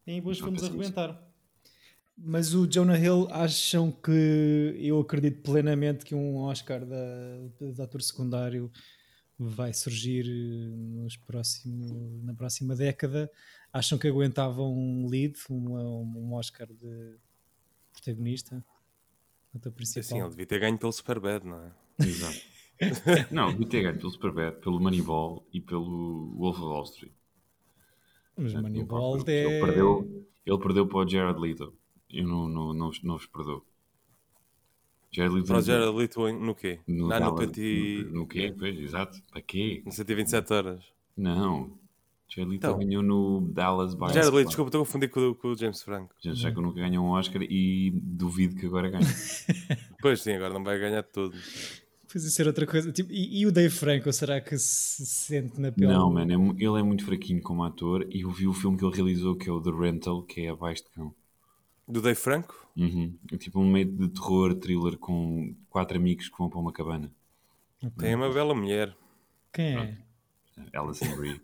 B: Em boas
C: Não é
B: fomos
C: pensei nisso.
B: arrebentar. Mas o Jonah Hill acham que eu acredito plenamente que um Oscar da, de ator secundário vai surgir eh, nos próximo, na próxima década. Acham que aguentavam um lead, uma- um Oscar de protagonista, ator
D: Assim, ele
B: principal.
D: devia ter ganho pelo Superbad, não é?
C: Exato. não, devia ter ganho pelo Superbad, pelo Moneyball e pelo Wolf of Wall Street.
B: Mas o
C: Portanto,
B: Moneyball
C: ele,
B: é...
C: perdeu, ele perdeu para o Jared Leto. Eu não, não, não, vos- não vos perdoo. Jared Leto
D: Para o Jared Leto em- no quê?
C: no,
D: Na
C: Dallas-
D: Nupati.
C: no, no quê? Pois, exato. Para quê?
D: No 127 horas.
C: Não. Jared Leto
D: Então.
C: ganhou no Dallas by
D: Jared Leto, desculpa, estou a confundir com, o- com o James Franco.
C: Já sei que eu nunca ganhei um Oscar e duvido que agora ganhe.
D: Pois sim, agora não vai ganhar tudo.
B: Pois isso era outra coisa. Tipo, e, e o Dave Franco, será que se sente na pele?
C: Não, mano, é mu- ele é muito fraquinho como ator e eu vi o filme que ele realizou que é o The Rental, que é Abaixo de Cão.
D: Do Dave Franco?
C: Uhum. É tipo um meio de terror, thriller com quatro amigos que vão para uma cabana.
D: Tem uma bela mulher.
B: Quem é?
C: Alison Brie.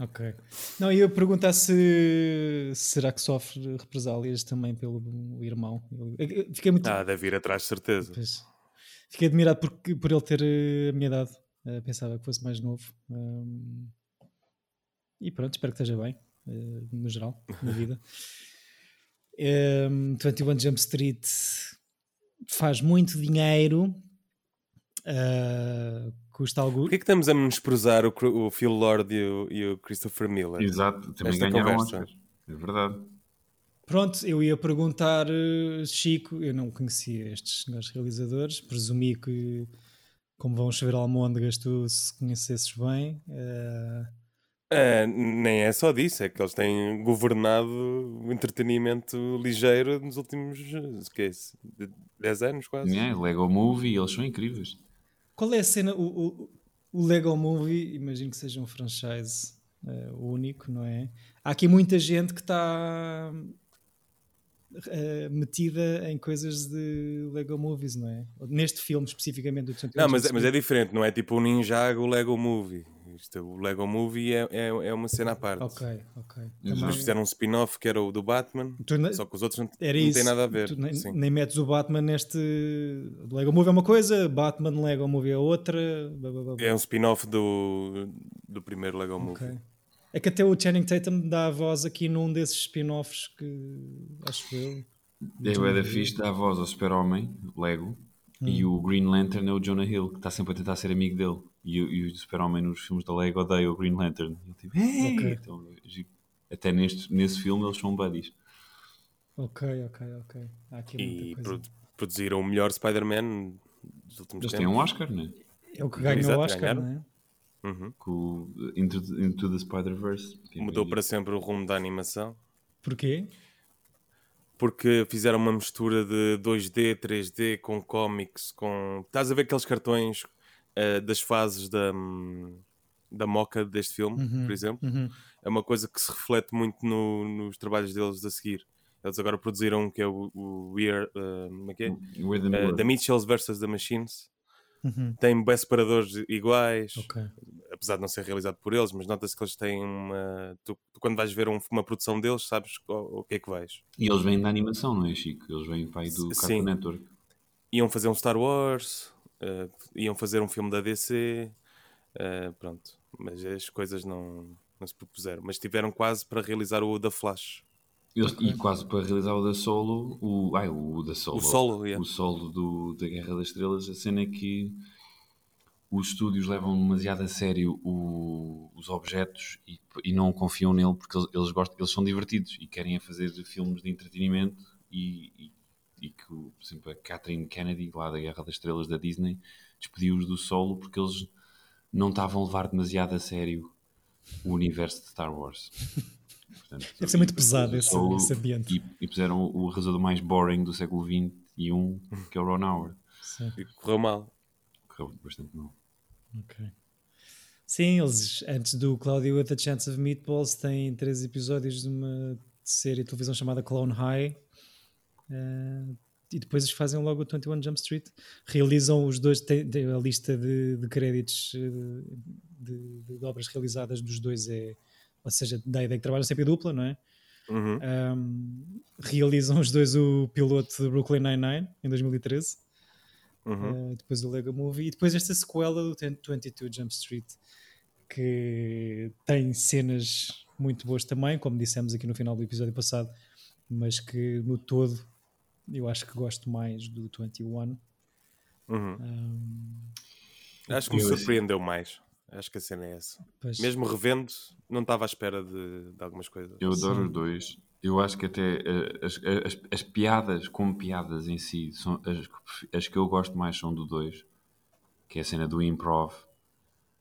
B: Ok. Não, eu ia perguntar se será que sofre represálias também pelo irmão. Eu- eu- eu fiquei muito.
D: Ah, deve ir atrás, de certeza.
B: Pois. fiquei admirado por, por ele ter eh, a minha idade. Eh, pensava que fosse mais novo. Ahm, e pronto, espero que esteja bem, eh, no geral, na vida. Ahm, 21 Jump Street faz muito dinheiro. ah, custa algo.
D: Porquê que estamos a menosprezar o, Cru- o Phil Lord e o, e o Christopher Miller?
C: Exato, também
D: Esta
C: ganharam um
D: conversa.
C: Oscar. É verdade.
B: Pronto, eu ia perguntar, eh, Chico, eu não conhecia estes senhores realizadores, presumi que, como vão chover almôndegas, tu se conhecesses bem. eh,
D: É, nem é só disso, é que eles têm governado o entretenimento ligeiro nos últimos eh, quê, 10 anos quase.
C: É, Lego Movie, eles são incríveis.
B: qual é a cena? O, o, o Lego Movie, imagino que seja um franchise eh, único, não é? Há aqui muita gente que está eh, metida em coisas de Lego Movies, não é? Neste filme especificamente do 21
D: Não, mas,
B: Jump
D: mas é diferente, não é tipo o Ninjago, o Lego Movie. Isto, o Lego Movie é, é, é uma cena à parte.
B: Ok, ok.
C: Eles
D: Eles fizeram um spin-off que era o do Batman,
B: Tu na-
D: só que os outros não,
B: Era
D: não
B: isso.
D: têm nada a ver.
B: Tu nem,
D: Sim.
B: nem metes o Batman neste. Lego Movie é uma coisa, Batman Lego Movie é outra. blá, blá, blá, blá.
D: É um spin-off do, do primeiro Lego
B: Ok.
D: Movie.
B: É que até o Channing Tatum dá a voz aqui num desses spin-offs que acho eu.
D: Então,
C: Dave
D: é
C: Weatherfish dá a voz ao Super-Homem, Lego, e
D: Hum.
C: o Green Lantern é o Jonah Hill, que está sempre a tentar ser amigo dele. E, o- e o Super-Homem nos filmes da Lego odeia o Green Lantern. Ele tipo, "Hey!"
B: Ok.
C: Então, gi- até neste, nesse filme eles são buddies.
B: Ok, ok, ok. Há aqui
D: E
B: muita coisa.
D: produ- produziram o melhor Spider-Man dos últimos
C: Eles têm
D: tempos.
C: um Oscar, né?
B: É o que ganha o
D: Exato,
B: Oscar,
D: ganharam.
B: não é?
D: Uhum.
C: Com o Into, the- Into the Spider-Verse. que é
D: Mudou
C: bem-
D: para sempre o rumo da animação.
B: Porquê?
D: porque fizeram uma mistura de 2D, 3D com cómics, com. Estás a ver aqueles cartões eh, das fases da, hum, da moca deste filme, por exemplo? É uma coisa que se reflete muito no- nos trabalhos deles a seguir. Eles agora produziram um que é o, o We Are. eh, como é que é?
C: Where the
D: Eh,
C: Mirror.
D: The Mitchells vs. The Machines. Tem bem separadores iguais
B: Ok.
D: apesar de não ser realizado por eles, mas nota-se que eles têm uma. Tu, tu quando vais ver um- uma produção deles, sabes o, o que é que vais.
C: E eles vêm da animação, não é, Chico? Eles vêm pai do
D: S-
C: Cartoon
D: sim.
C: Network.
D: iam fazer um Star Wars, eh, iam fazer um filme da DC, eh, pronto. Mas as coisas não, não se propuseram. Mas tiveram quase para realizar o da Flash.
C: Eles- E quase para realizar o da Solo, o, ai, o da Solo,
D: O Solo, yeah.
C: o solo do, da Guerra das Estrelas, a cena é que os estúdios levam demasiado a sério o- os objetos e, e não confiam nele porque eles, eles gostam, eles são divertidos e querem é fazer filmes de entretenimento e, e- e que, o- por exemplo, a Catherine Kennedy, lá da Guerra das Estrelas da Disney, despediu-os do Solo porque eles não estavam a levar demasiado a sério o universo de Star Wars. Portanto,
B: Deve ser muito pesado
C: o
B: esse-
C: Solo-
B: esse ambiente.
C: E, e puseram o o arrasador mais boring do século XXI, que é o Ron Howard.
B: Sim.
D: E correu mal.
C: Correu bastante mal.
B: Ok. Sim, eles antes do Cláudio with a Chance of Meatballs têm três episódios de uma série de televisão chamada Clone High. eh, e depois eles fazem logo o 21 Jump Street. Realizam os dois, tem, tem a lista de, de créditos eh, de, de- de obras realizadas dos dois é, ou seja, da ideia que trabalham sempre em dupla, não é?
D: Uhum.
B: Um, realizam os dois o piloto de Brooklyn Nine-Nine em 2013,
D: Uhum.
B: eh, depois o Lego Movie e depois esta sequela do 22 Jump Street que tem cenas muito boas também, como dissemos aqui no final do episódio passado, mas que no todo eu acho que gosto mais do 21.
D: Uhum. Acho que
C: Eu
D: me
C: assim-
D: surpreendeu mais. Acho que a cena é essa.
B: Pois,
D: Mesmo revendo, não estava à espera de, de algumas coisas.
C: Eu adoro
B: Sim.
C: os dois. Eu acho que até eh, as, as- as piadas como piadas em si, são as, que pref- as que eu gosto mais são do dois, que é a cena do improv.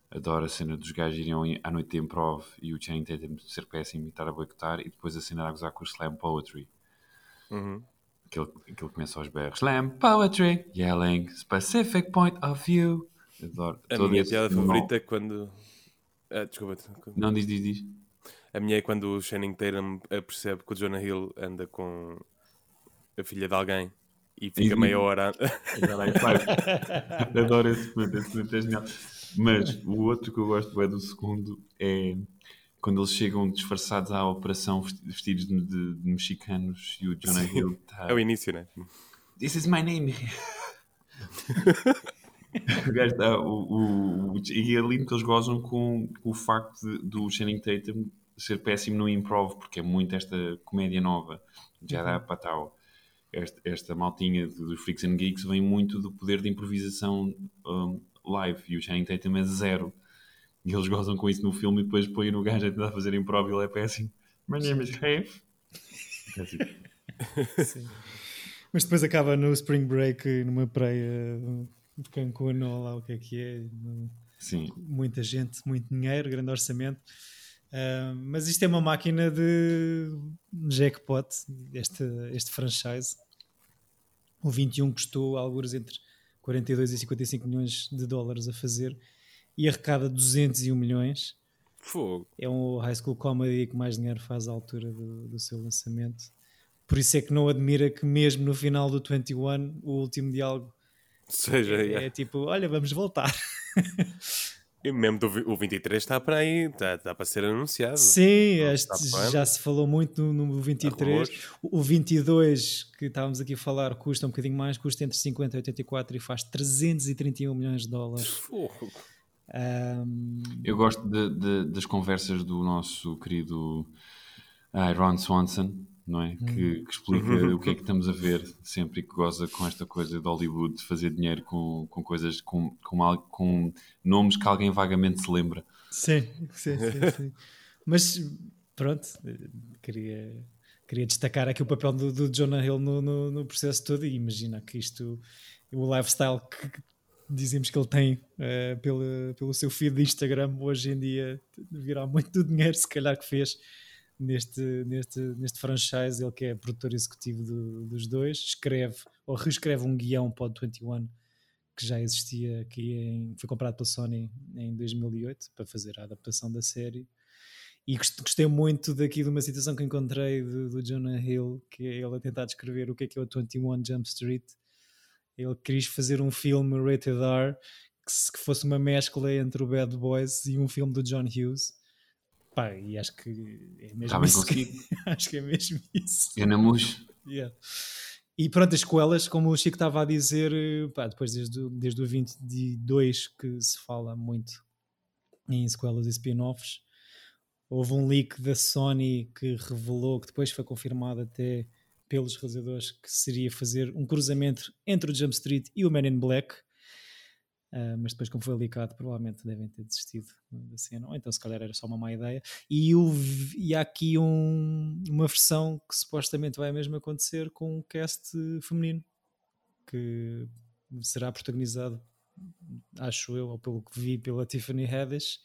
C: Adoro a cena dos gajos irem ao in- à noite de improv e o Channing Tatum ser péssimo e estar a boicotar e depois a cena a gozar com o slam poetry.
D: Uhum.
C: Que ele, que ele começa aos berros. Slam poetry, yelling, specific point of view. Adoro.
D: A
C: todo
D: minha
C: esse
D: piada
C: monólogo.
D: favorita é quando. Ah, desculpa.
C: Não, diz, diz, diz.
D: A minha é quando o Channing Tatum eh, percebe que o Jonah Hill anda com a filha de alguém e fica
C: Sim.
D: meia hora.
C: Adoro esse momento, esse momento é genial. Mas o outro que eu gosto bem do segundo é quando eles chegam disfarçados à operação vesti- vestidos de, de- de mexicanos e o Jonah Hill tá está.
D: é o início, né?
C: This is my name. o gajo está. O, o, o- e é lindo que eles gozam com, com o facto de- do Channing Tatum ser péssimo no improv, porque é muito esta comédia nova. Já dá para tal. Esta, esta maltinha de- dos Freaks and Geeks vem muito do poder de improvisação hum, live e o Channing Tatum é zero. E eles gozam com isso no filme e depois põem no gajo a tentar fazer improv e ele é péssimo. My name is Rafe. É assim,
B: sim. Mas depois acaba no Spring Break, numa praia de Cancún, ou lá o que é que é. no-
C: Sim.
B: muita gente, muito dinheiro, grande orçamento. Ah, mas isto é uma máquina de jackpot, este, este franchise. O 21 custou alguns entre 42 e 55 milhões de dólares a fazer e arrecada 201 milhões.
D: Fogo.
B: É um high school comedy que mais dinheiro faz à altura do, do seu lançamento. Por isso é que não admira que mesmo no final do 21, o último diálogo
D: Ou seja,
B: é,
D: é-
B: é tipo, olha, vamos voltar.
D: e mesmo do vi- o 23 está para aí, está, está para ser anunciado.
B: Sim,
D: Não,
B: este
D: está bem.
B: já se falou muito no, no 23. O 22, que estávamos aqui a falar, custa um bocadinho mais, custa entre 50 e 84 e faz 331 milhões de dólares.
D: Fogo.
B: Ahm,
C: Eu gosto de- de- das conversas do nosso querido ah, Ron Swanson, não é? Que, que explica o que é que estamos a ver sempre e que goza com esta coisa de Hollywood de fazer dinheiro com, com coisas, com, com, al- com nomes que alguém vagamente se lembra.
B: Sim, sim, sim, sim. Mas pronto, eh, queria, queria destacar aqui o papel do, do Jonah Hill no, no- no processo todo e imagina que isto, o lifestyle que que dizemos que ele tem eh, pela- pelo seu feed de Instagram hoje em dia virá muito do dinheiro se calhar que fez neste, neste, neste franchise, ele que é produtor executivo do- dos dois, escreve ou reescreve um guião para o 21 que já existia aqui, em- foi comprado pela Sony em 2008 para fazer a adaptação da série. E gost- gostei muito daqui de uma citação que encontrei do, do Jonah Hill, que é ele a tentar descrever o que é que é o 21 Jump Street. Ele quis fazer um filme rated R que, se- que fosse uma mescla entre o Bad Boys e um filme do John Hughes. Pá, e acho que é mesmo
C: Está bem
B: isso. que-
C: conseguido.
B: acho que é mesmo isso.
C: Enamus.
B: Yeah. E pronto, as sequelas, como o Chico estava a dizer, eh, pá, depois desde, o- desde o 22 que se fala muito em sequelas e spin-offs, houve um leak da Sony que revelou, que depois foi confirmado até pelos realizadores, que seria fazer um cruzamento entre o Jump Street e o Man in Black. Ah, mas depois, como foi leakado, provavelmente devem ter desistido da cena, ou então se calhar era só uma má ideia. E, eu vi- e há aqui um- uma versão que supostamente vai mesmo acontecer com um cast eh, feminino que será protagonizado, acho eu, ou pelo que vi, pela Tiffany Haddish,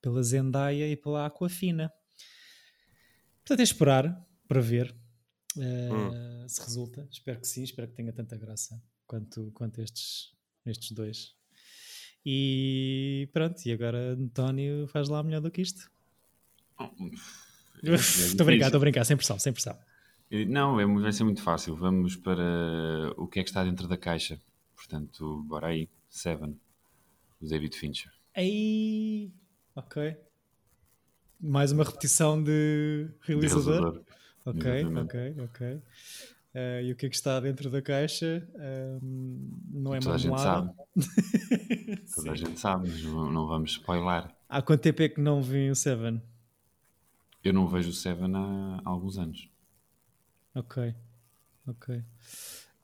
B: pela Zendaya e pela Aquafina. Portanto, é esperar para ver eh, se resulta. Espero que sim, espero que tenha tanta graça quanto, quanto estes, estes dois. E pronto, e agora António faz lá melhor do que isto.
C: Oh, é
B: Estou a brincar,
C: difícil.
B: estou a brincar, sem pressão, sem pressão.
C: Eh, Não, é mu- vai ser muito fácil. Vamos para o que é que está dentro da caixa. Portanto, bora aí. Seven, do David Fincher.
B: Aí. Ok. Mais uma repetição de
C: De
B: realizador.
C: Realizador.
B: Ok,
C: Exatamente.
B: ok, ok. Eh, e o que é que está dentro da caixa? Ahm, não é
C: Toda a
B: uma
C: gente
B: moada.
C: sabe. Toda a gente sabe, mas não não vamos spoiler.
B: Há quanto tempo é que não vi o Seven?
C: Eu não vejo o Seven há alguns anos.
B: Ok, ok.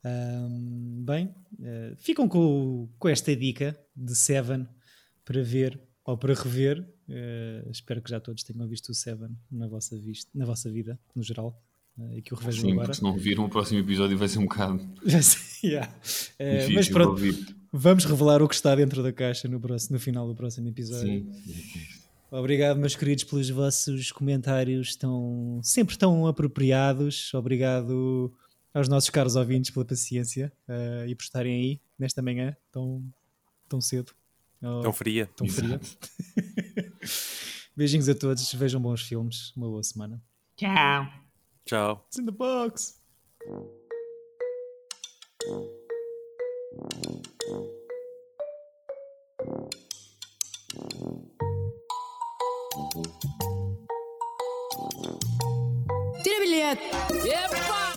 B: Ahm, bem, eh, ficam com, com esta dica de Seven para ver ou para rever. Eh, espero que já todos tenham visto o Seven na vossa, vis- na vossa vida, no geral, eh, e que o revejam
C: Sim,
B: agora.
C: porque se não viram, o próximo episódio vai ser um bocado
B: Já sei, yeah. Eh,
C: difícil
B: mas pronto,
C: de ouvir.
B: vamos revelar o que está dentro da caixa no, próximo- no final do próximo episódio.
C: Sim.
B: Obrigado, meus queridos, pelos vossos comentários tão, sempre tão apropriados. Obrigado aos nossos caros ouvintes pela paciência eh, e por estarem aí nesta manhã tão, tão cedo. Oh,
D: Tão fria.
B: tão fria.
C: Exato.
B: Beijinhos a todos, vejam bons filmes, uma boa semana.
D: Tchau.
B: It's in the box!
A: Tira bilhete! Epa!